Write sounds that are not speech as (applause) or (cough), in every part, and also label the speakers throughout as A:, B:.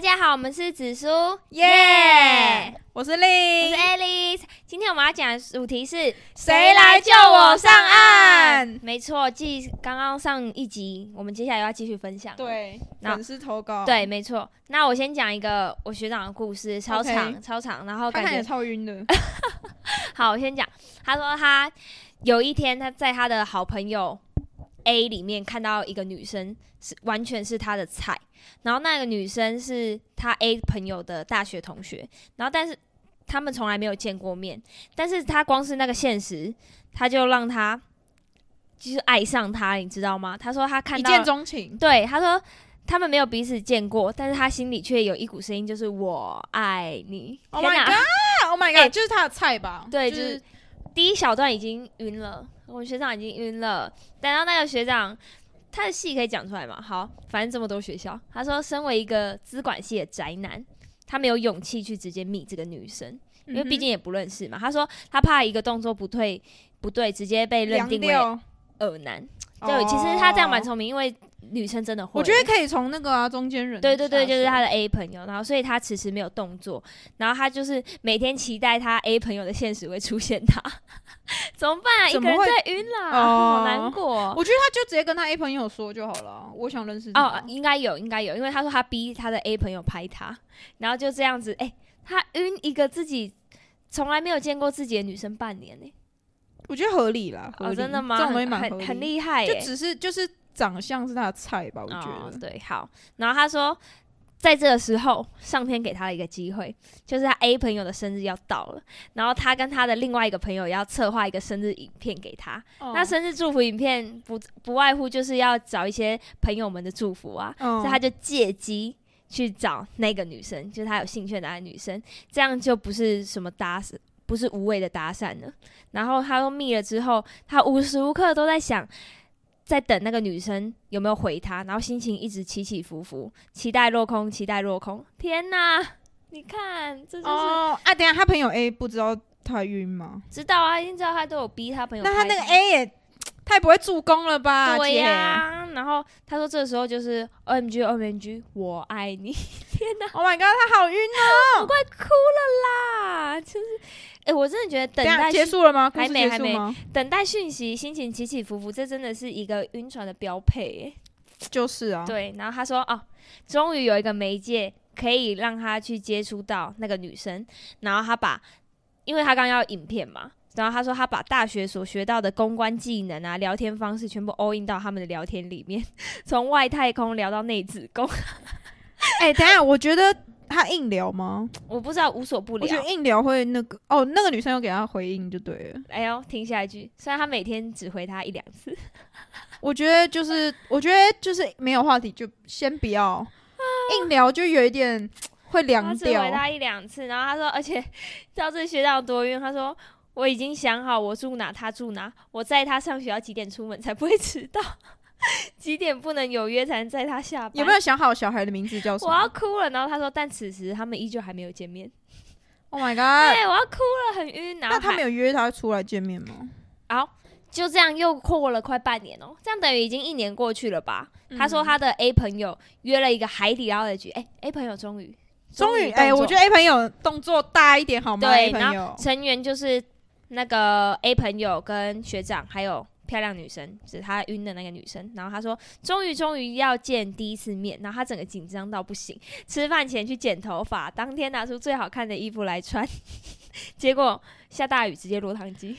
A: 家好，我们是紫苏，
B: 耶我是
A: 我是
B: 令，
A: Alice。今天我们要讲的主题是
B: 谁来救我上岸
A: 没错，继刚刚上一集，我们接下来要继续分享。
B: 对，
A: 那
B: 粉丝投稿，
A: 对，没错。那我先讲一个我学长的故事，超
B: OK
A: 长超长，然后
B: 他
A: 感
B: 看起来
A: 觉
B: 超晕的，
A: 好，我先讲。他说他有一天他在他的好朋友 A 里面看到一个女生是完全是他的菜，然后那个女生是他 A 朋友的大学同学，然后但是他们从来没有见过面，但是他光是那个现实，他就让他就是爱上他，你知道吗？他说他看
B: 一
A: 到
B: 见钟情，
A: 对，他说他们没有彼此见过，但是他心里却有一股声音，就是我爱你。
B: Oh
A: 天
B: my
A: 哪 (laughs)
B: god！Oh my
A: 哎
B: god！就是他的菜吧？
A: 对
B: 就是嗯
A: 第一小段已经晕了，我们学长已经晕了。等到那个学长，他的戏可以讲出来嘛？好，反正这么多学校，他说，身为一个资管系的宅男，他没有勇气去直接密这个女生，因
B: 嗯
A: 为毕竟也不认识嘛。他说他怕一个动作不对不对，直接被认
B: 凉
A: 定为
B: 掉。
A: 恶男。对，其实他这样蛮
B: 哦，
A: 聪明，因为女生真的会。
B: 我觉得可以从那个啊中间人，
A: 对对对，就是他，的 A 朋友，然后所以他迟迟没有动作，然后他就是每天期待他 A 朋友的现实会出现他， (laughs) 怎么办、啊？一
B: 怎
A: 个
B: 么
A: 人
B: 会
A: 在晕啦，
B: 哦
A: 好难过哦。
B: 我觉得他就直接跟他 A 朋友说就好了啊，我想认识他
A: 哦，应该有，应该有，因为他说他逼他的 A 朋友拍他，然后就这样子，哎、他晕一个自己从来没有见过自己的女生半年呢、
B: 我觉得合理啦，合
A: 哦，
B: 理
A: 真的吗？
B: 这种东西
A: 很
B: 蛮合
A: 很很
B: 理，
A: 厉害、耶。
B: 就只是就是长相是他的菜吧，我觉
A: 哦
B: 得。
A: 对，好。然后他说，在这个时候，上天给他了一个机会，就是他 A 朋友的生日要到了，然后他跟他的另外一个朋友也要策划一个生日影片给他。
B: 哦
A: 那生日祝福影片不不外乎就是要找一些朋友们的祝福啊，
B: 嗯
A: 所以他就借机。去找那个女生，就是他有兴趣的那个女生，这样就不是什么搭讪，不是无谓的搭讪了。然后他又密了之后，他无时无刻都在想，在等那个女生有没有回他，然后心情一直起起伏伏，期待落空，期待落空。天哪，你看，这就是、
B: 哦啊，等一下他朋友 A 不知道他晕吗？
A: 知道啊，已经知道他都有逼他朋友拍
B: 那
A: 戏。
B: 他那个 A 也太不会助攻了吧？
A: 对
B: 姐
A: 呀、然后他说这时候就是 O M G O M G，我爱你，
B: Oh my god，他好晕啊！
A: 我快哭了啦！就是，哎、我真的觉得等
B: 等一下
A: 待
B: 结
A: 讯
B: 束了吗？
A: 还
B: 故事
A: 没
B: 结束吗？
A: 等待讯息，心情起起伏伏，这真的是一个晕船的标配、耶。
B: 就是啊，
A: 对，然后他说哦，终于有一个媒介可以让他去接触到那个女生，然后他把，因为他刚要影片嘛，然后他说他把大学所学到的公关技能啊、聊天方式全部 all in 到他们的聊天里面， (laughs) 从外太空聊到内子宫， (laughs)
B: 哎、等一下，我觉得他硬聊吗？
A: 我不知道无所不
B: 我觉
A: 聊
B: 得。硬聊会那个哦，那个女生有给他回应就对了。
A: 哎呦，听下一句，虽然他每天只回他一两次，
B: 我觉得就是，我觉得就是没有话题就先不要硬聊，就有一点会
A: 他
B: 凉
A: 只回
B: 掉。
A: 他一两次，然后他说，而且知道这学长有多晕，他说。我已经想好我住哪，他住哪，我载他上学要几点出门才不会迟到， (laughs) 几点不能有约才能载他下班。
B: 有没有想好小孩的名字叫什
A: 我要
B: 么
A: 哭了，然后他说，但此时他们依旧还没有见面。
B: ？Oh my
A: 对
B: god！，
A: 我要哭了，很晕。然后
B: 那他
A: 哎还
B: 们有约他出来见面吗？
A: 好，就这样又过了快半年哦、这样等于已经一年过去了吧？他说
B: 嗯
A: 他的 A 朋友约了一个海底捞的局，哎、a 朋友终于
B: 终于，哎、
A: 动作
B: 我觉得 A 朋友动作大一点好吗
A: 对
B: ？A 朋友，
A: 成员就是那个 A 朋友跟学长，还有漂亮女生，就是他晕的那个女生。然后他说，终于终于要见第一次面，然后他整个紧张到不行，吃饭前去剪头发，当天拿出最好看的衣服来穿， (laughs) 结果下大雨直接落汤鸡。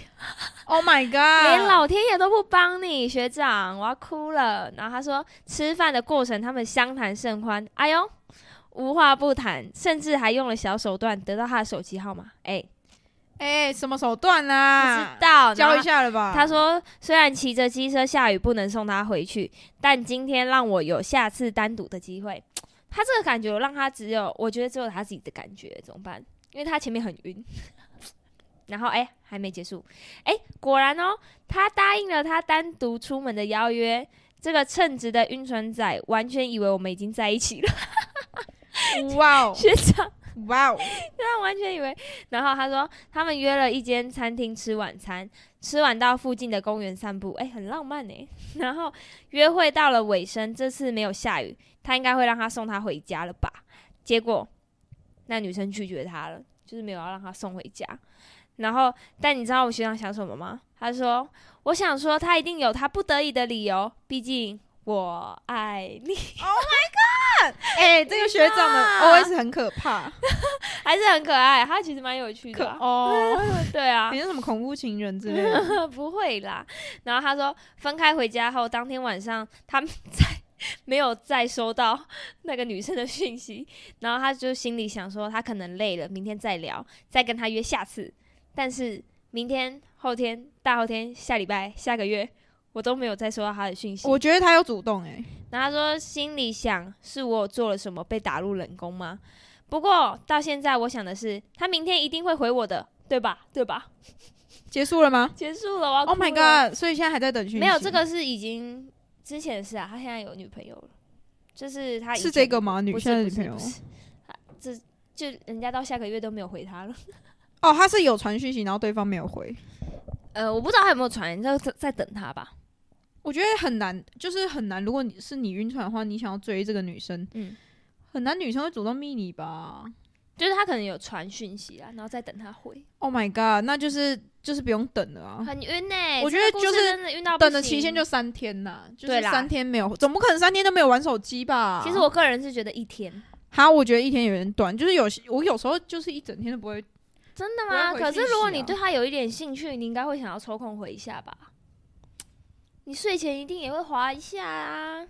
B: Oh my god！
A: 连老天爷都不帮你，学长，我要哭了。然后他说，吃饭的过程他们相谈甚欢，哎呦，无话不谈，甚至还用了小手段得到他的手机号码。哎、
B: 哎、什么手段
A: 不
B: 啊
A: 知？道，
B: 教一
A: 下。
B: 下了吧？
A: 他说，虽然骑着机车下雨不能送他回去，但今天让我有下次单独的机会。他这个感觉让他只有，我觉得只有他自己的感觉，怎么办？因为他前面很晕。 (laughs) 然后哎、还没结束，哎、果然哦，他答应了他单独出门的邀约。这个称职的晕船仔完全以为我们已经在一起了， (laughs)
B: 哇哦，
A: 学长。
B: 哇
A: (laughs)
B: 哦，
A: 他完全以为。然后他说，他们约了一间餐厅吃晚餐，吃完到附近的公园散步，哎、很浪漫哎、 (laughs) 然后约会到了尾声，这次没有下雨，他应该会让他送他回家了吧？结果那女生拒绝他了，就是没有要让他送回家。然后，但你知道我学长想什么吗？他说：“我想说他一定有他不得已的理由，毕竟我爱你， (laughs)
B: 哎、这个学长的
A: 天哪
B: OS 很可怕，
A: 还是很可爱。他其实蛮有趣
B: 可
A: 的啊、
B: 哦，
A: 对啊
B: (laughs) 你，是什么恐怖情人之
A: (laughs)
B: 类的？
A: 不会啦。然后他说，分开回家后，当天晚上他们再没有再收到那个女生的讯息，然后他就心里想说，他可能累了，明天再聊，再跟他约下次。但是明天、后天、大后天、下礼拜、下个月，我都没有再收到他的讯息。
B: 我觉得他有主动哎、
A: 然后他说心里想是我有做了什么被打入冷宫吗？不过到现在我想的是，他明天一定会回我的，对吧？对吧？
B: 结束了吗
A: 结束了，我要
B: ？Oh
A: 哭
B: my
A: 了
B: god！所以现在还在等讯息？
A: 哦没有，这个是已经之前的事啊，他现在有女朋友了，就是他以
B: 是
A: 前
B: 这个吗？女
A: 不是
B: 生
A: 不
B: 的女
A: 是
B: 朋友啊
A: 不？是他这就人家到下个月都没有回他了。
B: 哦，他是有传讯息，然后对方没有回。
A: 呃，我不知道他有没有传，就在在等他吧。
B: 我觉得很难，就是很难。如果你是你晕船的话，你想要追这个女生，
A: 嗯，
B: 很难，女生会主动密你吧
A: 就是他可能有传讯息啊，然后再等他回，
B: ？Oh my god！那就是就是不用等了啊，
A: 很晕呢、
B: 我
A: 这
B: 觉得
A: 个故事
B: 就是
A: 真的晕到不
B: 等的
A: 行
B: 期限就三天呐、就
A: 对
B: 是
A: 啦
B: 三天没有，总不可能三天都没有玩手机吧？
A: 其实我个人是觉得一天，
B: 哈，我觉得一天有点短，就是有些我有时候就是一整天都不会。
A: 真的
B: 不会
A: 吗？
B: 回
A: 可
B: 讯
A: 是如果
B: 息
A: 你
B: 啊
A: 对他有一点兴趣，你应该会想要抽空回一下吧。你睡前一定也会划一下啊。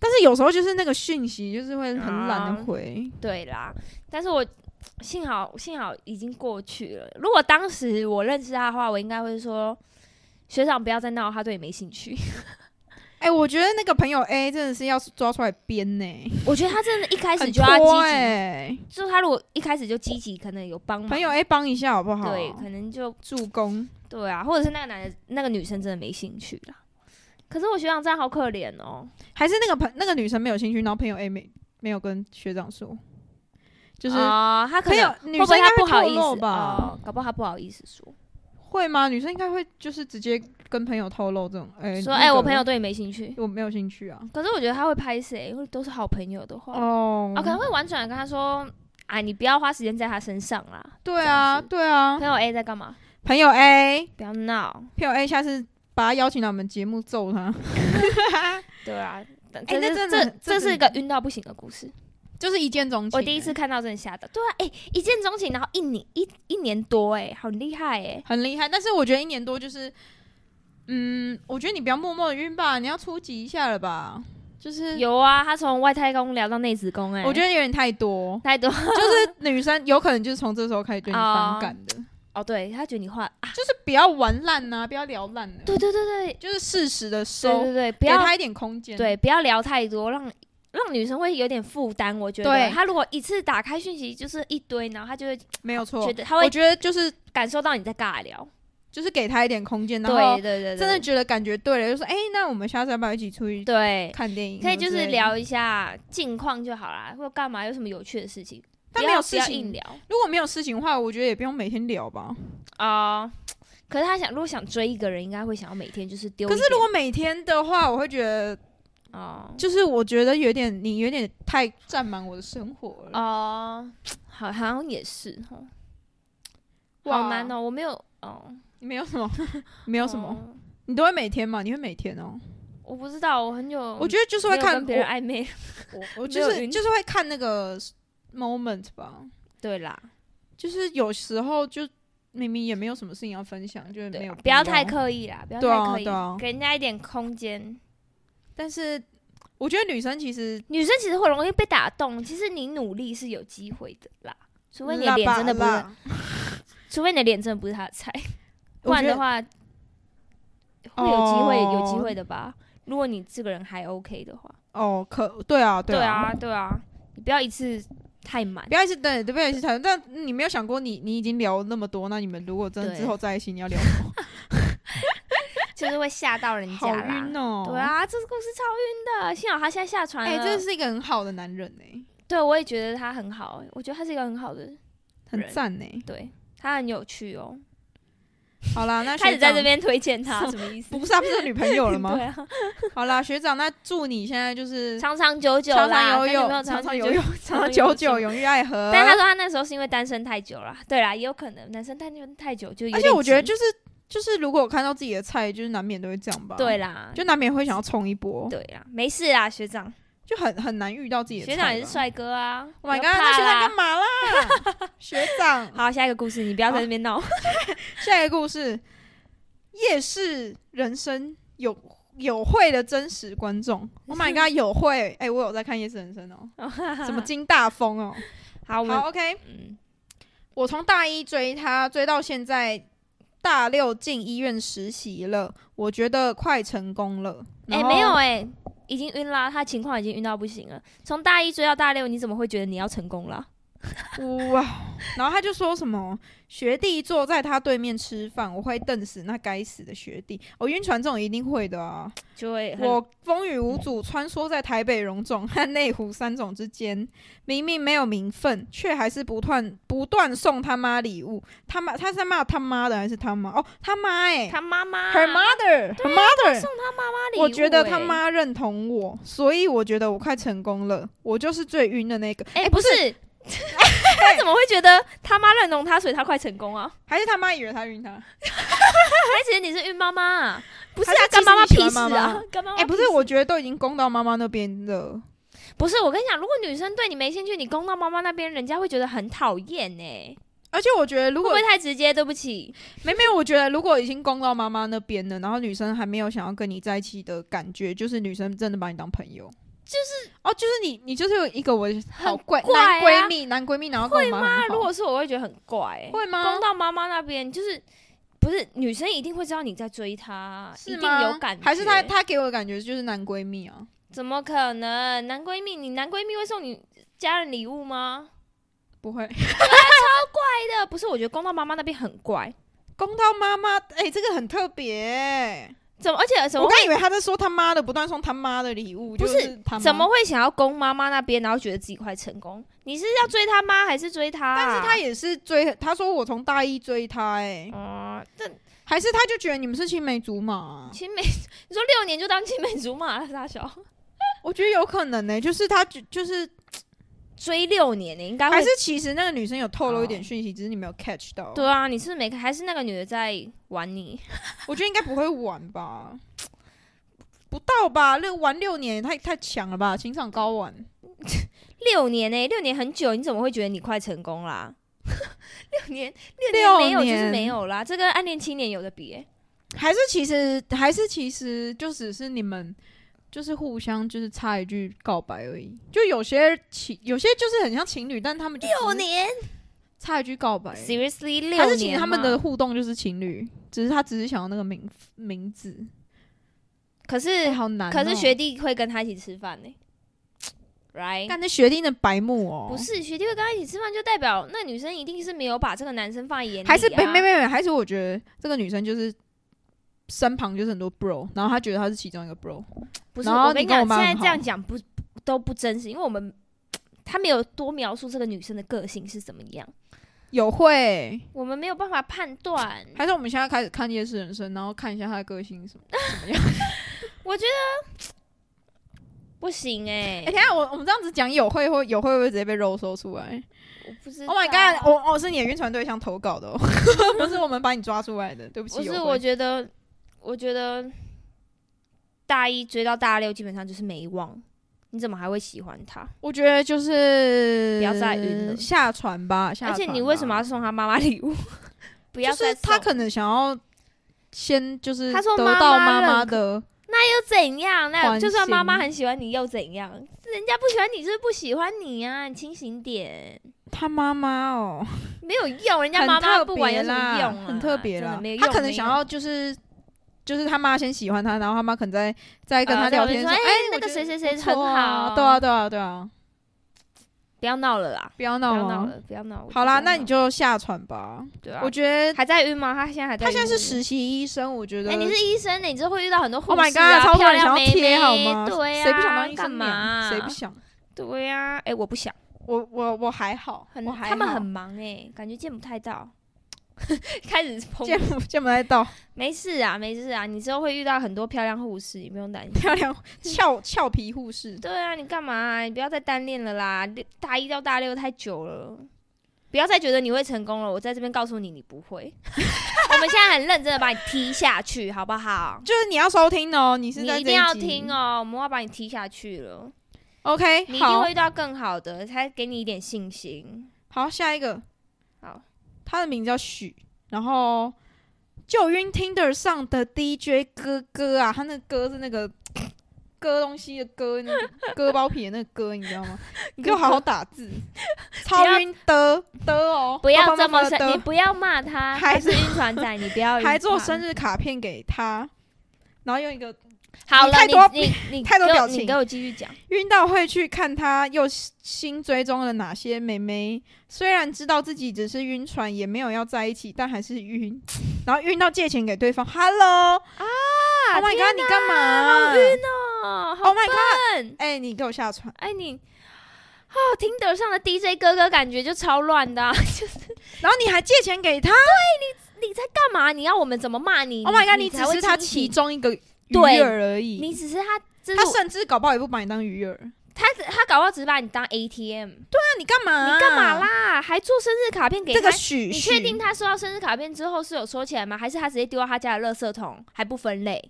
B: 但是有时候就是那个讯息，就是会很懒
A: 啊
B: 得回。
A: 对啦，但是我幸好幸好已经过去了。如果当时我认识他的话，我应该会说学长不要再闹，他对你没兴趣。 (laughs)
B: 哎、我觉得那个朋友 A 真的是要抓出来编呢、
A: 我觉得他真的一开始
B: 很
A: 就要积
B: 拖
A: 极，
B: 哎、
A: 就是他如果一开始就积极，可能有帮忙。
B: 朋友 A 帮一下好不好？
A: 对，可能就
B: 助攻。
A: 对啊，或者是那个男的那个女生真的没兴趣啦。可是我学长这样好可怜哦。
B: 还是那个朋那个女生没有兴趣，然后朋友 A 没没有跟学长说，就是、
A: 啊、他可
B: 朋友
A: 能
B: 女
A: 会不会
B: 生应
A: 他
B: 该
A: 不
B: 会
A: 好
B: 透
A: 意
B: 露
A: 思
B: 吧
A: 哦，搞不好他不好意思说，
B: 会吗？女生应该会就是直接跟朋友透露这种，哎、
A: 说
B: 那
A: 哎、
B: 个
A: 我朋友对你没兴趣。
B: 我没有兴趣啊。
A: 可是我觉得他会拍谁，或者都是好朋友的话，啊、
B: 哦
A: 可能会婉转的跟他说，哎，你不要花时间在他身上啦。
B: 对啊，对啊
A: 朋，友 A 在干嘛？
B: 朋友 A，
A: 不要闹。
B: 朋友 A 下次把他邀请来我们节目揍他， (laughs)
A: 对啊，但
B: 哎
A: 这
B: 那
A: 是、
B: 真的
A: 这
B: 很
A: 这
B: 这
A: 是一
B: 真
A: 个晕到不行的故事。
B: 就是一见钟情、
A: 我第一次
B: 哎
A: 看到真的吓到。对啊，哎、一见钟情，然后一年一一年多、哎，好厉害、哎。
B: 很厉害，但是我觉得一年多就是，嗯，我觉得你不要默默的晕吧，你要初级一下了吧，就是。
A: 有啊，他从外太空聊到内子宫、哎，
B: 我觉
A: 得，
B: 得有点太多
A: 太
B: (laughs)
A: 多。
B: 就是女生有可能就是从这时候开始对你反感的，
A: 哦，对，他觉得你话啊，
B: 就是不要玩烂啊呐、不要聊烂了，
A: 对对对对，
B: 就是适时的收，
A: 对对对，不
B: 给
A: 要
B: 他一点空间。
A: 对，不要聊太多，让让女生会有点负担。我觉得
B: 对
A: 她如果一次打开讯息就是一堆，然后她就会
B: 没有错
A: 觉。得她
B: 我
A: 会
B: 觉得就是
A: 感受到你在尬聊。
B: 就是给他一点空间，然后
A: 对对对，
B: 真的
A: 对
B: 觉得感觉对了，就说哎、那我们下次要不要一起出去
A: 对，
B: 看电影？
A: 可以就
B: 什
A: 是
B: 么之类的。
A: 聊一下近况就好啦，或干嘛有什么有趣的事情，
B: 但
A: 不
B: 没
A: 要
B: 有
A: 不
B: 事
A: 要硬
B: 情，
A: 聊
B: 如果没有事情的话，我觉得也不用每天聊吧。
A: 啊。可是她想，如果想追一个人，应该会想要每天就是丢一
B: 可
A: 点。
B: 是如果每天的话，我会觉得
A: 哦
B: 就是我觉得有点你有点太占满我的生活了。
A: 哦，好，好像也是哦，好
B: 哇
A: 难哦，我没有哦，
B: 你没有什么， (laughs) 没有什么，
A: 哦，
B: 你都会每天嘛？你会每天哦？
A: 我不知道，我很久
B: 我觉得就是
A: 哦没
B: 会
A: 有
B: 看
A: 跟别人暧昧。
B: 我我我
A: 没有
B: 就是
A: 晕
B: 就是会看那个 moment 吧，
A: 对啦，
B: 就是有时候就明明也没有什么事情要分享，就是没
A: 对
B: 有
A: 啊，不要
B: 要
A: 太刻意啦，不要
B: 对啊
A: 太刻意，
B: 对啊
A: 给人家一点空间。
B: 但是我觉得女生其实
A: 女生其实会容易被打动，其实你努力是有机会的啦，除非你的脸
B: 嗯辣吧
A: 真的不是，
B: 辣
A: 除非你的脸真的不是她的菜，不
B: 我
A: 然
B: 觉
A: 的
B: 得
A: 话会有机会，
B: 哦
A: 有机会的吧。如果你这个人还 OK 的话，
B: 哦，可对啊，
A: 对
B: 啊
A: 啊，，对啊，你不要一次太满
B: (laughs) 不。要一直对，对不要一直谈。但你没有想过你，你已经聊那么多，那你们如果真的
A: 对
B: 之后在一起，你要聊什么？
A: 就是会吓到人
B: 好
A: 家啦。
B: 晕哦！
A: 对，啊，嗯这个故事超晕的，幸好他现在下船了。
B: 哎、这是一个很好的男人哎、
A: 对我也觉得他很好、我觉得他是一个很好的，
B: 很
A: 人
B: 赞哎、
A: 对他很有趣哦。
B: 好啦，那
A: 开
B: 学
A: 始在
B: 长
A: 这边推荐他，什么意思？
B: 不是啊，不是女朋友了吗
A: (laughs) 对？啊，
B: (laughs) 好啦，学长，那祝你现在就是
A: 长长久久
B: 长
A: 啦，
B: 长
A: 跟女
B: 有有
A: 朋友
B: 长
A: 长
B: 长
A: 久
B: 有有，
A: 长
B: (laughs)
A: 长
B: 长
A: (laughs)
B: 长
A: 久
B: 久
A: 久
B: 久，永浴爱河。
A: 但他说他那时候是因为单身太久了，对啦，也有可能男生单身太久就有
B: 而且
A: 点
B: 我觉得
A: 急
B: 就是就是，如果我看到自己的菜，就是难免都会这样吧。
A: 对，啦，
B: 就难免会想要冲一波，
A: 对啦，没事啦，学长，
B: 就很很难遇到自己的菜
A: 学
B: 吧。
A: 长也是帅哥啊。
B: Oh my
A: 不
B: god！
A: 要
B: 那
A: 怕
B: 学长
A: 啦
B: 干嘛啦？ (laughs) 学长，
A: 好，下一个故事，你不要在
B: 好
A: 这边闹。
B: 下一个故事，夜市人生有有会的真实观众。Oh my god！有会，哎、我有在看夜市人
A: (laughs)
B: 生哦，什么金大风哦。
A: 好，我们
B: (laughs) 好，OK，
A: 嗯，
B: 我从大一追他，追到现在大六进医院实习了，我觉得快成功了。
A: 哎、
B: 然后
A: 没有哎、已经晕啦，他情况已经晕到不行了。从大一追到大六，你怎么会觉得你要成功了？
B: 哇！然后他就说什么学弟坐在他对面吃饭，我会瞪死那该死的学弟。我、晕船这种一定会的啊！
A: 就会很
B: 我风雨无阻，穿梭在台北荣总和内湖三种之间，明明没有名分，却还是不断不断送他妈礼物。他妈，他是在骂他妈的还是他妈？哦，他妈哎、
A: 他妈妈
B: Her mother, her mother，、
A: 他礼
B: 我觉得
A: 物
B: 他
A: 欸
B: 妈认同我，所以我觉得我快成功了。我就是最晕的那个，
A: 哎、不
B: (laughs)
A: 是，他怎么会觉得他妈认同他，所以他快成功啊？
B: 还是他妈以为他晕他？
A: 哎，其实你是孕妈妈、啊，不是
B: 还
A: 啊？
B: 是其
A: 干妈
B: 实
A: 妈
B: 你喜
A: 屁
B: 欢
A: 事
B: 妈
A: 啊
B: 妈？
A: 干妈妈
B: 哎、不
A: 屁
B: 是，
A: 事
B: 我觉得都已经攻到妈妈那边了。
A: (laughs) 不是，我跟你讲，如果女生对你没兴趣，你攻到妈妈那边，人家会觉得很讨厌呢。
B: 而且我觉得，如
A: 会不
B: 果
A: 会太直接？对不起，
B: 没没有，我觉得如果已经攻到妈妈那边了，然后女生还没有想要跟你在一起的感觉，就是女生真的把你当朋友，就是哦，就是你你就是有一个我好怪
A: 怪啊
B: 男闺蜜，男闺蜜，然后跟我妈
A: 那
B: 很好
A: 如果是我，我会觉得很怪、欸。
B: 会吗
A: 攻？到妈妈那边，就是不是女生一定会知道你在追她，一
B: 是
A: 定
B: 吗？
A: 有感觉。
B: 还是她她给我的感觉就是男闺蜜啊？
A: 怎么可能？男闺蜜，你男闺蜜会送你家人礼物吗？
B: 不会，
A: 对的，不是，我觉得攻到妈妈那边很怪。
B: 攻到妈妈，哎、这个很特别欸、
A: 怎么？而且怎么
B: 我
A: 会？
B: 刚以为他在说他妈的，不断送他妈的礼物，
A: 不
B: 就是他妈
A: 怎么？会想要攻妈妈那边，然后觉得自己快成功？你是要追他妈，还是追啊他、
B: 但是他也是追，他说我从大一追他、哎、
A: 哦、这
B: 还是他就觉得你们是青梅竹马
A: (laughs)
B: 啊、
A: 青梅，你说六年就当青梅竹马了，大小
B: 我觉得有可能呢、哎就是他就就是
A: 追六年欸你应该
B: 还
A: 会
B: 是其实那个女生有透露一点讯息，只是你没有 catch 到。
A: 对，啊？你是不是没看？还是那个女的在玩你？
B: 我觉得应该不会玩吧，不到吧，六玩六年也太太强了吧，情商高玩。
A: 六年呢、欸六年很久，你怎么会觉得你快成功啦？ (laughs) 六年，
B: 六
A: 没有就是
B: 年
A: 没有啦，这跟暗恋七年有的比、欸。
B: 还是其实还是其实就只是你们就是互相就是插一句告白而已，就有些情有些就是很像情侣，但他们就
A: 六
B: 只是
A: 年
B: 插一句告
A: 哎
B: 白而已。
A: ，seriously 六年嘛，
B: 还是其实他们的互动就是情侣，只是他只是想要那个名名字，
A: 可是、
B: 哎，好难哦、
A: 可是学弟会跟他一起吃饭欸呢、right？
B: 干那学弟的白目哦、
A: 不是学弟会跟他一起吃饭，就代表那女生一定是没有把这个男生放在眼里、啊，
B: 还是没没没没，还是我觉得这个女生就是身旁就是很多 bro，然后她觉得她是其中一个 bro，
A: 不是
B: 然后
A: 我跟你
B: 你跟
A: 讲
B: 我，妈
A: 现
B: 很
A: 在这样
B: 好
A: 讲不不都不真实，因为我们他没有多描述这个女生的个性是怎么样，
B: 有会，
A: 我们没有办法判断。
B: 还是我们现在开始看夜市人生，然后看一下她的个性什么怎么样？
A: 我觉得不行哎、
B: 哎、等一下我我们这样子讲有会会有会不会直接被肉搜出来
A: 我不知道。
B: ？Oh my god！我我、是你的晕船对象投稿的、哦， (laughs) 不是我们把你抓出来的，对不起。
A: 不是，
B: 有
A: 我
B: 会
A: 觉得，我觉得大一追到大六基本上就是没忘，你怎么还会喜欢他？
B: 我觉得就是
A: 不要再晕了
B: 下船吧，下
A: 而且你
B: 船
A: 为什么
B: 吧
A: 要送他妈妈礼物？ (laughs) 不要
B: 就
A: 再
B: 是
A: 送
B: 他可能想要先就是
A: 他说
B: 得
A: 妈妈
B: 到妈
A: 认
B: 妈
A: 可
B: 的。
A: 又怎样？那
B: 欢
A: 就算妈妈
B: 心
A: 很喜欢你又怎样？人家不喜欢你就是不喜欢你啊，你清醒点，
B: 他妈妈哦，
A: 没有用。人家
B: 很
A: 妈妈
B: 特
A: 不管有
B: 别
A: 什么
B: 啦
A: 用啊，
B: 很特别
A: 真的
B: 啦
A: 没有。用。
B: 他可能想
A: 没有
B: 要就是就是他妈先喜欢他，然后他妈可能再再跟
A: 呃
B: 他
A: 在
B: 聊
A: 外面
B: 天
A: 说
B: 说，哎、
A: 哎那
B: 我
A: 个
B: 觉
A: 谁
B: 得
A: 谁谁
B: 不
A: 很
B: 错啊
A: 好
B: 对啊，对啊，对啊，
A: 不要闹了啦，
B: 不要
A: 不
B: 闹
A: 要闹
B: 啊。
A: 了，不要闹。我觉
B: 好
A: 得
B: 啦，
A: 不要
B: 那你
A: 闹
B: 就下船吧。
A: 对啊，
B: 我觉得
A: 还在晕吗？他现在还在
B: 他
A: 晕吗？
B: 现在是实习医生，我觉得
A: 哎、你是医生呢、你就会遇到很多护
B: Oh my
A: 士啊、
B: god，超多
A: 漂
B: 人
A: 亮
B: 想
A: 妹
B: 要
A: 妹，
B: 贴好吗？
A: 对呀、
B: 谁不想当医
A: 干
B: 生
A: 嘛
B: 娘？
A: 啊？
B: 谁不想？
A: 对呀、哎、我不想，
B: 我我我还好，
A: 很
B: 我还
A: 他们
B: 好
A: 很忙哎、感觉见不太到。 (laughs) 开始
B: 见
A: 抨，
B: 不见不太到，
A: 没事啊，没事啊，你之后会遇到很多漂亮护士，你不用担心。 (laughs)
B: 漂亮 (laughs) 俏俏皮护士。
A: 对啊，你干嘛啊、你不要再单恋了啦！六大一到大六太久了，不要再觉得你会成功了。我在这边告诉你，你不
B: (laughs)
A: 会。我们现在很认真的把你踢下去，好不好？
B: 就是你要收听哦，你是
A: 你
B: 在
A: 一定要
B: 这集
A: 听哦，我们要把你踢下去了，
B: OK，
A: 你一定
B: 好
A: 会遇到更好的，才给你一点信心。
B: 好，下一个，
A: 好，
B: 他的名字叫许，然后就晕 Tinder 上的 DJ 哥哥啊，他那个歌是那个割东西的割，那
A: (laughs)
B: 个割包皮的那个割，你知道吗？你给我好好打字，超晕的的哦，
A: 不要
B: 帮忙
A: 这么
B: 发
A: 生，你
B: 的，
A: 不要骂他，
B: (laughs) 还
A: 他是晕船仔，你不要
B: 还做生
A: 日。
B: 日卡片给他，然后用一个
A: 好
B: 你
A: 了
B: 太，多
A: 你你你
B: 太多
A: 给我
B: 表情
A: 你给我继续讲。
B: 晕到会去看他又新追踪了哪些妹妹，虽然知道自己只是晕船，也没有要在一起，但还是晕。 (laughs) 然后晕到借钱给对方，Hello，Oh
A: 啊
B: my
A: 天
B: god，你干嘛？
A: 哪好晕哦，好
B: Oh my god，
A: 笨
B: 哎、你给我下船，
A: 哎你，哦，听得上的 DJ 哥哥感觉就超乱的啊、 (laughs) 就是
B: 然后你还借钱给他
A: 你在干嘛？你要我们怎么骂你
B: ，Oh my god，
A: 你
B: 你
A: 才
B: 只
A: 会
B: 是他
A: 清
B: 其
A: 醒，
B: 中一个鱼
A: 对
B: 饵而已，
A: 你只是他，这是
B: 他
A: 我
B: 甚至搞不好也不把你当鱼饵，那
A: 他只他搞不好只是把你当 ATM，
B: 你干嘛？
A: 你干嘛？啦？还做生日卡片给
B: 啊这个
A: 他
B: 许，
A: 你
B: 许
A: 确定他收到生日卡片之后是有收起来吗？还是他直接丢到他家的垃圾桶，还不分类？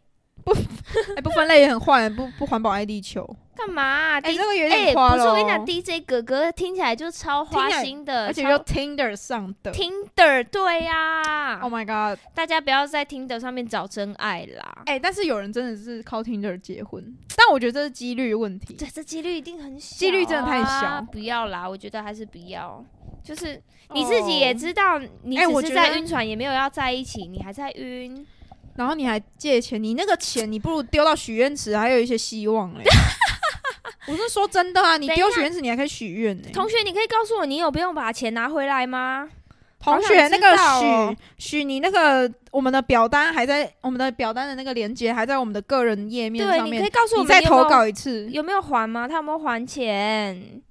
B: 哎不分类也很坏，不不环保爱地球。
A: 干嘛 (laughs) 啊、
B: 哎、
A: D-
B: 这个有
A: 哎
B: 点花
A: 不是
B: 了、
A: 我跟你讲，DJ 哥哥听起来就超花
B: 听起来
A: 心的，
B: 而且
A: 超
B: 又 Tinder 上的
A: Tinder 对呀、
B: ，Oh my god，
A: 大家不要在 Tinder 上面找真爱啦。
B: 哎、但是有人真的是靠 Tinder 结婚，但我觉得这是几率问题。
A: 对，这几率一定很小、啊
B: 几率真的太小
A: 不要啦！我觉得还是不要。就是你自己也知道，你
B: 哎我
A: 只是
B: 觉
A: 在
B: 得嗯
A: 晕船，也没有要在一起，你还在晕。
B: 然后你还借钱，你那个钱你不如丢到许愿池，还有一些希望嘞、 (laughs) 我是说真的啊，你
A: 等一
B: 丢
A: 下
B: 许愿池你还可以许愿呢。
A: 同学，你可以告诉我，你有不用把钱拿回来吗？
B: 同
A: 好
B: 学，
A: 想
B: 那
A: 知
B: 个
A: 道哦
B: 许许你那个我们的表单还在我们的表单的那个连接还在我们的个人页面
A: 对，
B: 上
A: 你可以
B: 面，
A: 告诉我
B: 你
A: 们
B: 再
A: 有没有
B: 投稿一次。
A: 有没有还吗？他有没有还钱？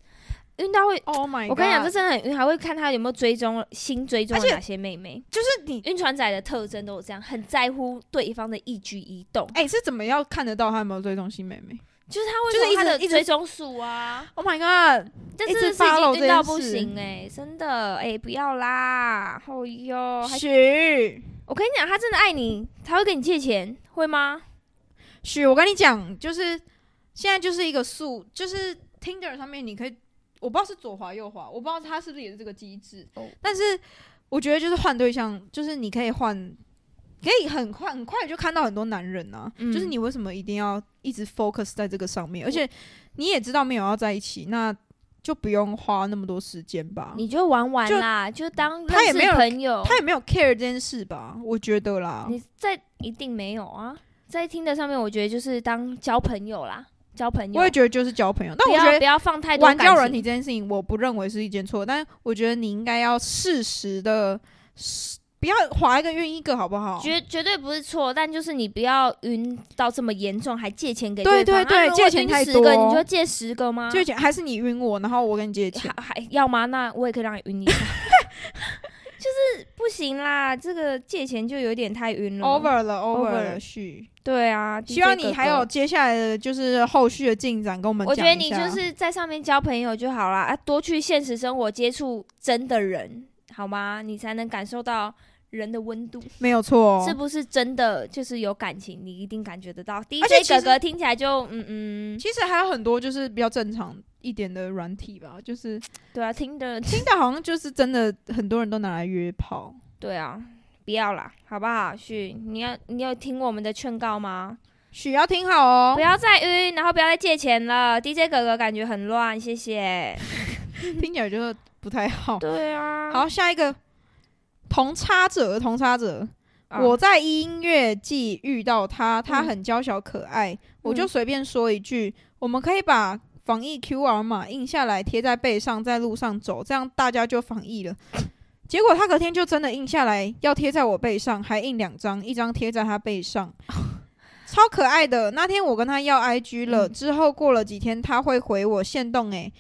A: 晕到会，
B: Oh my god！
A: 我跟你讲，这真的很晕，还会看他有没有追踪新追踪了
B: 而且
A: 哪些妹妹。
B: 就是你
A: 晕船仔的特征都有这样，很在乎对方的一举一动，
B: 哎、是怎么要看得到他有没有追踪新妹妹
A: 就是他会
B: 就是
A: 从
B: 一
A: 他
B: 直
A: 的
B: 一直
A: 追踪数啊，
B: ？Oh my god！
A: 但
B: 一
A: 是
B: 直
A: 是已
B: follow
A: 经
B: 这
A: 晕到
B: 件
A: 不
B: 事
A: 行哎、真的哎、不要啦，哦哟，还
B: 许
A: 我跟你讲，他真的爱你，他会跟你借钱，会吗？
B: 许，我跟你讲，就是现在就是一个速，就是 Tinder 上面你可以，我不知道是左滑右滑，我不知道它是不是也是这个机制，
A: 哦
B: 但是我觉得就是换对象，就是你可以换，可以很快很快就看到很多男人啊，
A: 嗯
B: 就是你为什么一定要一直 focus 在这个上面，而且你也知道没有要在一起，那就不用花那么多时间吧。
A: 你就玩玩
B: 就
A: 啦，就当
B: 他也
A: 认
B: 没
A: 识
B: 有
A: 朋友，
B: 他也没有 care 这件事吧，我觉得啦。
A: 你在一定没有啊，在听的上面，我觉得就是当交朋友啦，交朋友
B: 我也，觉得就是交朋友，但
A: 不
B: 我觉得
A: 要不要放太多
B: 玩
A: 感
B: 交软体
A: 情，
B: 这件事情，我不认为是一件错，但我觉得你应该要适时的，不要划一个晕一个，好不好？
A: 绝绝对不是错，但就是你不要晕到这么严重，还借钱给方。
B: 对对对
A: 啊如果
B: 借钱
A: 晕
B: 太
A: 10个
B: 多
A: 你就借十个吗？
B: 就还是你晕我，然后我跟你借钱
A: 还，还要吗？那我也可以让你晕一下， (laughs) 就是不行啦，这个借钱就有点太晕了。
B: ，over 了，over
A: over
B: 了，
A: 了
B: 旭。
A: 对啊，
B: 希望
A: DJ 哥
B: 你
A: 哥
B: 还有。接下来的就是后续的进展，跟我们
A: 我
B: 讲
A: 觉
B: 一下。啊
A: 得你就是在上面交朋友就好啦，啊，多去现实生活接触真的人，好吗？你才能感受到人的温度，
B: 没有错哦
A: 是。不是真的就是有感情，你一定感觉得到。
B: 而且
A: DJ
B: 其实
A: 哥哥听起来就嗯嗯，
B: 其实还有很多就是比较正常一点的软体吧，就是
A: 对啊，听的
B: 听到好像就是真的很多人都拿来约炮。
A: (laughs) 对啊，不要啦，好不好？旭，你要你有听我们的劝告吗？
B: 许要听好哦
A: 不，要再晕，然后不要再借钱了。DJ 哥哥感觉很乱，谢谢。
B: 听起来就是不太
A: (laughs)
B: 好。
A: 对啊，
B: 好，下一个同差者，同差者，
A: 啊，
B: 我在音乐季遇到他，他很娇小可爱，我就随便说一句，我们可以把防疫 QR 码印下来贴在背上，在路上走，这样大家就防疫了。结果他隔天就真的印下来，要贴在我背上，还印两张，一张贴在他背上，超可爱的。那天我跟他要 IG 了，
A: 嗯
B: 之后过了几天他会回我限动诶、欸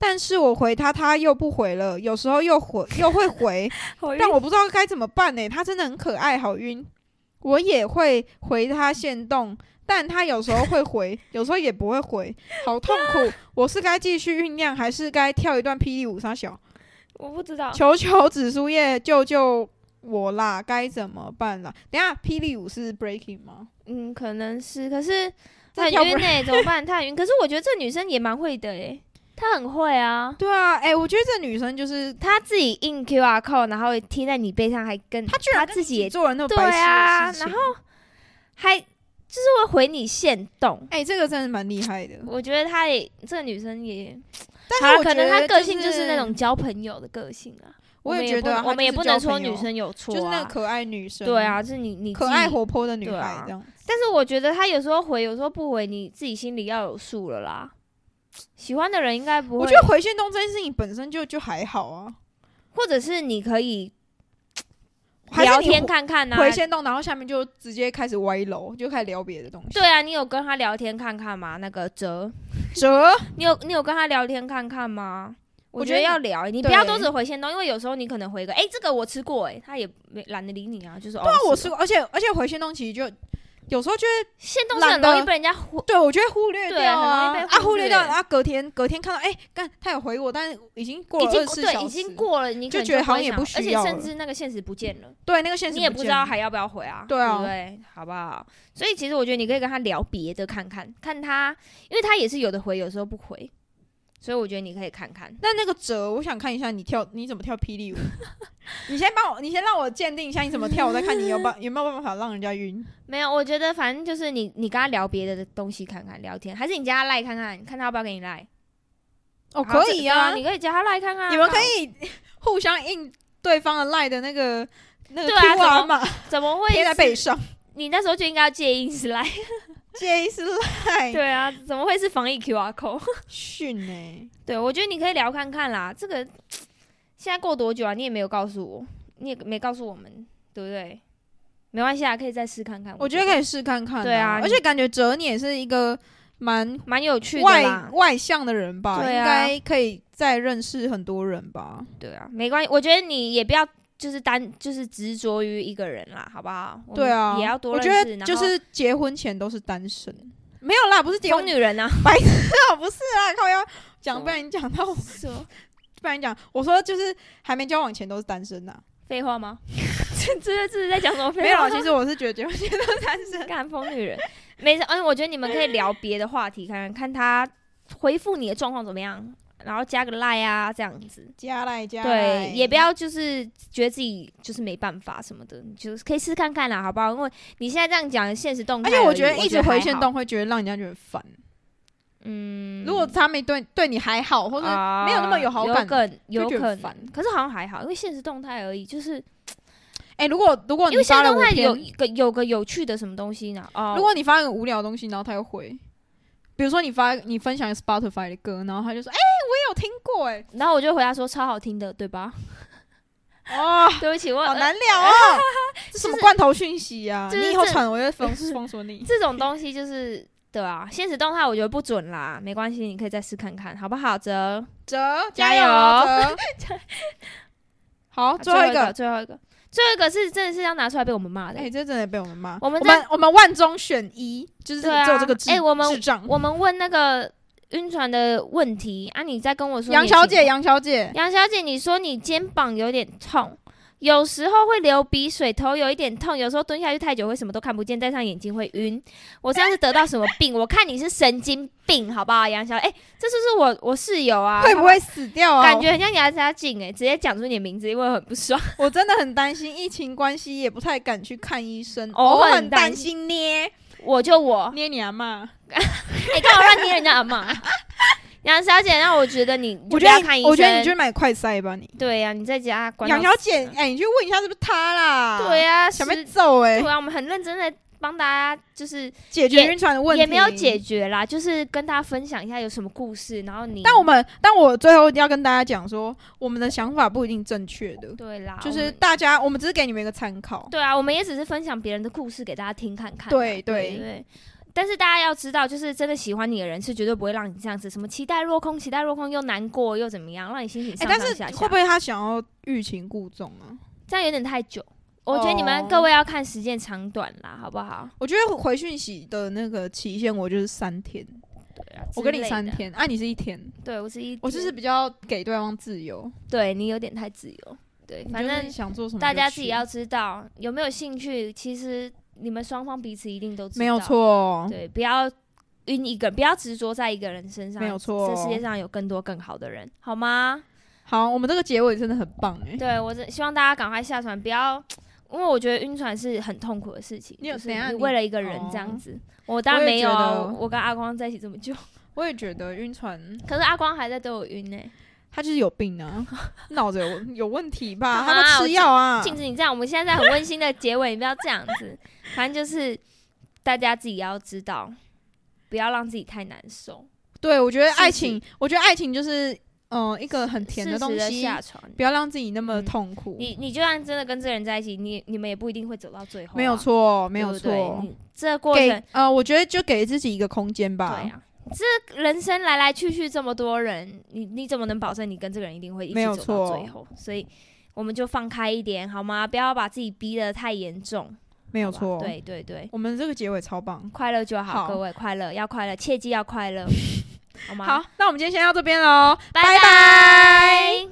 B: 但是我回他，他又不回了，有时候又回又会回，但我不知道该怎么办呢、他真的很可爱，好晕。我也会回他限动，但他有时候会回，有时候也不会回，好痛苦。我是该继续酝酿，还是该跳一段霹雳舞三小？
A: 我不知道，
B: 求求紫苏叶救救我啦！该怎么办啦？等一下，霹雳舞是 breaking 吗？
A: 嗯，可能是，可是
B: 这
A: 很
B: 跳不
A: 晕
B: (laughs)
A: 哎、怎么办？太晕。可是我觉得这女生也蛮会的哎、她很会啊，
B: 对啊，哎、我觉得这女生就是
A: 她自己印 QR code，然后贴在你背上，还跟
B: 她居然跟
A: 自己也
B: 做了那么
A: 对
B: 白痴的
A: 啊，
B: 事
A: 然
B: 情
A: 后还就是会回你限动。
B: 哎、这个真的蛮厉害的。
A: 我觉得她也这个女生也，
B: 但
A: 她
B: 是我
A: 可能她
B: 觉得
A: 个性
B: 就
A: 就是那种，交朋友的个性啊。
B: 我也
A: 们
B: 觉
A: 不
B: 得啊
A: 我
B: 她
A: 们也
B: 就是
A: 不能
B: 交
A: 说
B: 朋友
A: 女生有错、啊，
B: 就是那个可爱女生。
A: 对，啊，就是你你
B: 可
A: 自
B: 爱
A: 己
B: 活泼的女
A: 对
B: 孩
A: 啊
B: 这样。
A: 但是我觉得他有时候回，有时候不回，你自己心里要有数了啦。喜欢的人应该不
B: 我
A: 会
B: 觉，得回线动这件事情本身就就还好啊，
A: 或者是你可以
B: 还是
A: 聊
B: 你
A: 天看啊看呐、
B: 回线动，然后下面就直接开始歪楼，就开始聊别的东西。
A: 对啊，你有跟他聊天看看吗？那个哲， (laughs)
B: 折
A: 你有你有跟他聊天看看吗？我
B: 我
A: 觉
B: 觉
A: 得
B: 得
A: 要聊、欸你不要
B: 对
A: 都只回线动，因为有时候你可能回个，哎、这个我吃过、哎，他也没懒得理你啊，就是哦，
B: 那我
A: 是
B: 吃过，而且而且回线动其实就有时候就会，
A: 线动是很
B: 懒得
A: 容易被人家忽
B: 对我就会忽略
A: 对
B: 掉
A: 很
B: 啊，
A: 容易被
B: 啊
A: 忽
B: 忽
A: 略
B: 略掉，啊隔天隔天看到，哎、干他有回我，但是已经过
A: 已
B: 了
A: 经
B: 二十小
A: 对
B: 时，
A: 已经过了，你可
B: 就
A: 能
B: 觉得
A: 不会
B: 好像也
A: 想
B: 不
A: 而
B: 需
A: 且
B: 要
A: 甚
B: 了
A: 至那个现实不见了。
B: 对那个现实
A: 你也不知
B: 见
A: 道
B: 了
A: 还要不要回啊？
B: 对啊
A: 对不对？好不好？所以其实我觉得你可以跟他聊别的，看看看他，因为他也是有的回，有时候不回，所以我觉得你可以看看。
B: 那那个折，我想看一下你跳，你怎么跳霹雳舞？ (laughs) 你先帮我，你先让我鉴定一下你怎么跳，我再看你有办有没有办法让人家晕。
A: 没有，我觉得反正就是你，你跟他聊别的东西看看，聊天，还是你加他赖看看，看他要不要给你赖。
B: 哦，
A: 好
B: 可以
A: 这对啊，
B: 啊，
A: 你可以加他赖看看啊。
B: 你们可以互相印对方的赖的那个那个
A: 对啊
B: QR 码
A: 怎么会
B: 贴在
A: 是 (laughs)
B: 背哎上，
A: 你那时候就应该要介意是赖。
B: 接一是赖
A: 对啊，怎么会是防疫 QR code？
B: 训呢？
A: 对，我觉得你可以聊看看啦。这个现在过多久啊？你也没有告诉我，你也没告诉我们，对不对？没关系啊，可以再试看看。
B: 我觉得可以试看看。
A: 对啊
B: 而且感觉哲你也是一个蛮
A: 蛮有趣的
B: 外
A: 啦。
B: 外向的人吧，
A: 对
B: 应
A: 啊
B: 该可以再认识很多人吧。
A: 对啊，没关系，我觉得你也不要就是单就是执着于一个人啦，好不好？我们
B: 对啊，
A: 也要多
B: 我
A: 认
B: 觉
A: 识。
B: 得
A: 然
B: 就
A: 后
B: 是结婚前都是单身，没有啦，不是结
A: (laughs)
B: 婚
A: 疯女人
B: (laughs)
A: 啊，
B: 哦，不是啦，靠腰
A: 什么
B: 讲，不然你讲到，不
A: 是吗
B: 然你讲，我说就是还没交往前都是单身呐、啊
A: (laughs) 废话吗？这这这是在讲什么
B: 没
A: 废
B: 有
A: 话
B: 啦，？其实我是觉得结婚前都是单身。
A: 干疯女人，没事。嗯，我觉得你们可以聊别的话题，看看看他回复你的状况怎么样，然后加个赖啊，这样子。
B: 加赖加赖
A: 对，也不要就是觉得自己就是没办法什么的，你就是可以试看看啦，好不好？因为你现在这样讲现实动态
B: 而
A: 而已，
B: 且我
A: 我
B: 觉得一直回线
A: 还好，
B: 动会觉得让人家觉得烦。
A: 嗯，
B: 如果他没对对你还好，或者
A: 啊
B: 没有那么有好感
A: 更有
B: 就觉得
A: 可能
B: 烦，
A: 可是好像还好，因为现实动态而已，就是
B: 哎、如果如果
A: 因
B: 你
A: 为现
B: 发
A: 实
B: 了
A: 动
B: 五
A: 态有
B: 篇，
A: 一个有个有趣的什么东西呢？哦，
B: 如果你发一个无聊的东西，然后他又回，比如说你发你分享一个 Spotify 的歌，然后他就说，哎、我也有听过、哎，
A: 然后我就回答说超好听的，对吧？ (laughs)
B: 哦，
A: 对不起，我
B: 好
A: 呃
B: 难
A: (laughs)
B: 聊哦，这什么罐头讯息呀、
A: 就是
B: 你以后
A: 这
B: 传我就封封锁
A: (laughs)
B: 你。
A: 这种东西就是对啊，现实动态我觉得不准啦，没关系，你可以再试看看，好不好？哲。
B: 哦
A: (laughs)
B: 折
A: 加
B: 加
A: 油
B: 油！
A: (laughs)
B: 折好，
A: 啊
B: 最后一个，
A: 最后一个，最后一个是真的是要拿出来被我们骂的、
B: 哎、这真的被我们骂。
A: 我们
B: 我
A: 在
B: 们我们万中选一，就是只
A: 对啊
B: 有这个智
A: 哎我们
B: 智障。
A: 我们问那个晕船的问题啊，你再跟我说。
B: 杨小姐，，杨小姐，
A: 杨小姐，你说你肩膀有点痛，有时候会流鼻水，头有一点痛，有时候蹲下去太久会什么都看不见，戴上眼镜会晕。我上次得到什么病？我看你是神经病，好不好，杨小？哎、这就是我我室友啊，
B: 会不会死掉啊？
A: 感觉很像牙家劲哎、直接讲出你的名字，因为我很不爽。
B: 我真的很担心疫情关系，也不太敢去看医生，
A: 偶
B: 偶
A: 尔哦
B: 尔
A: 很
B: 很
A: 担
B: 担
A: 心哦
B: 心捏
A: 我就我，
B: 捏你阿妈。
A: 哎、干嘛乱捏人家阿妈？杨小姐，那我觉得你，
B: 我
A: 你不
B: 觉得
A: 要
B: 你
A: 看医生，
B: 我觉得你去买快塞吧，你
A: 对啊呀、你在家管
B: 杨
A: 到
B: 小
A: 死
B: 姐，哎、你去问一下是不是她啦？
A: 对、呀、
B: 啊小
A: 是
B: 妹揍哎、
A: 对啊，我们很认真的帮大家，就是
B: 解决
A: 也
B: 晕船的问题
A: 也没有解决啦，就是跟大家分享一下有什么故事，然后你，
B: 但我们，但我最后要跟大家讲说，我们的想法不一定正确的，
A: 对啦，
B: 就
A: 我
B: 是
A: 们
B: 大家，我们只是给你们一个参考。
A: 对啊，我们也只是分享别人的故事给大家听看看啦，
B: 对
A: 对
B: 对
A: 对。但是大家要知道，就是真的喜欢你的人是绝对不会让你这样子，什么期待落空，期待落空又难过又怎么样，让你心情
B: 哎、
A: 上
B: 但
A: 上下
B: 是
A: 下。
B: 会不会他想要欲擒故纵啊？
A: 这样有点太久？我觉得你们
B: 哦
A: 各位要看时间长短啦，好不好？
B: 我觉得回讯息的那个期限，我就是三天，
A: 对啊
B: 我跟
A: 之
B: 你
A: 类
B: 三
A: 的，
B: 天，啊，你是一天，
A: 对我是一，
B: 我就是比较给对方自由，
A: 对你有点太自由，对，
B: 你
A: 反
B: 就是
A: 正
B: 想做什么，
A: 大家自己要，知道有没有兴趣。其实你们双方彼此一定都知道，
B: 没有，错，
A: 对，不要晕一个，不要执着在一个人身上，
B: 没有错哦
A: 这世界上有更多更好的人，好吗？
B: 好，我们这个结尾真的很棒哎、
A: 对我真希望大家赶快下船，不要。因为我觉得晕船是很痛苦的事情，
B: 你有
A: 就是
B: 等一下
A: 你
B: 你
A: 为了一个人
B: 哦
A: 这样子，我当然
B: 我也
A: 没有啊，
B: 觉得
A: 我我跟阿光在一起这么久， (laughs)
B: 我也觉得晕船，
A: 可是阿光还在对我晕呢、
B: 他就是有
A: (laughs)
B: 病啊，脑子有有问题吧？
A: 干嘛
B: 他都吃药啊，
A: 禁止你这样。我们现在在很温馨的结尾，你不要这样
B: (laughs)
A: 子。反正就是大家自己要知道，不要让自己太难受。
B: 对我觉得
A: 是
B: 爱情，我觉得爱情就是嗯、呃一个很甜
A: 适时
B: 东
A: 地
B: 西，
A: 下船。
B: 不要让自己那么
A: 嗯
B: 痛苦，
A: 你你就算真的跟这个人在一起，你你们也不一定会走到最后啊、
B: 没有错，
A: 对不对，
B: 没有错。
A: 你这个过程，
B: 给
A: 对
B: 呃，我觉得就给自己一个空间吧。
A: 啊，这人生来来去去这么多人，你你怎么能保证你跟这个人一定会一
B: 没
A: 起
B: 有
A: 走到
B: 错
A: 最后？所以我们就放开一点好吗？不要把自己逼得太严重，
B: 没有
A: 好吧
B: 错。，
A: 对对对，
B: 我们这个结尾超棒。
A: 快乐就好，
B: 好
A: 各位快乐要快乐， (laughs) 切记要快乐，好吗？
B: 好，那我们今天先到这边喽，
A: 拜
B: 拜拜
A: 拜。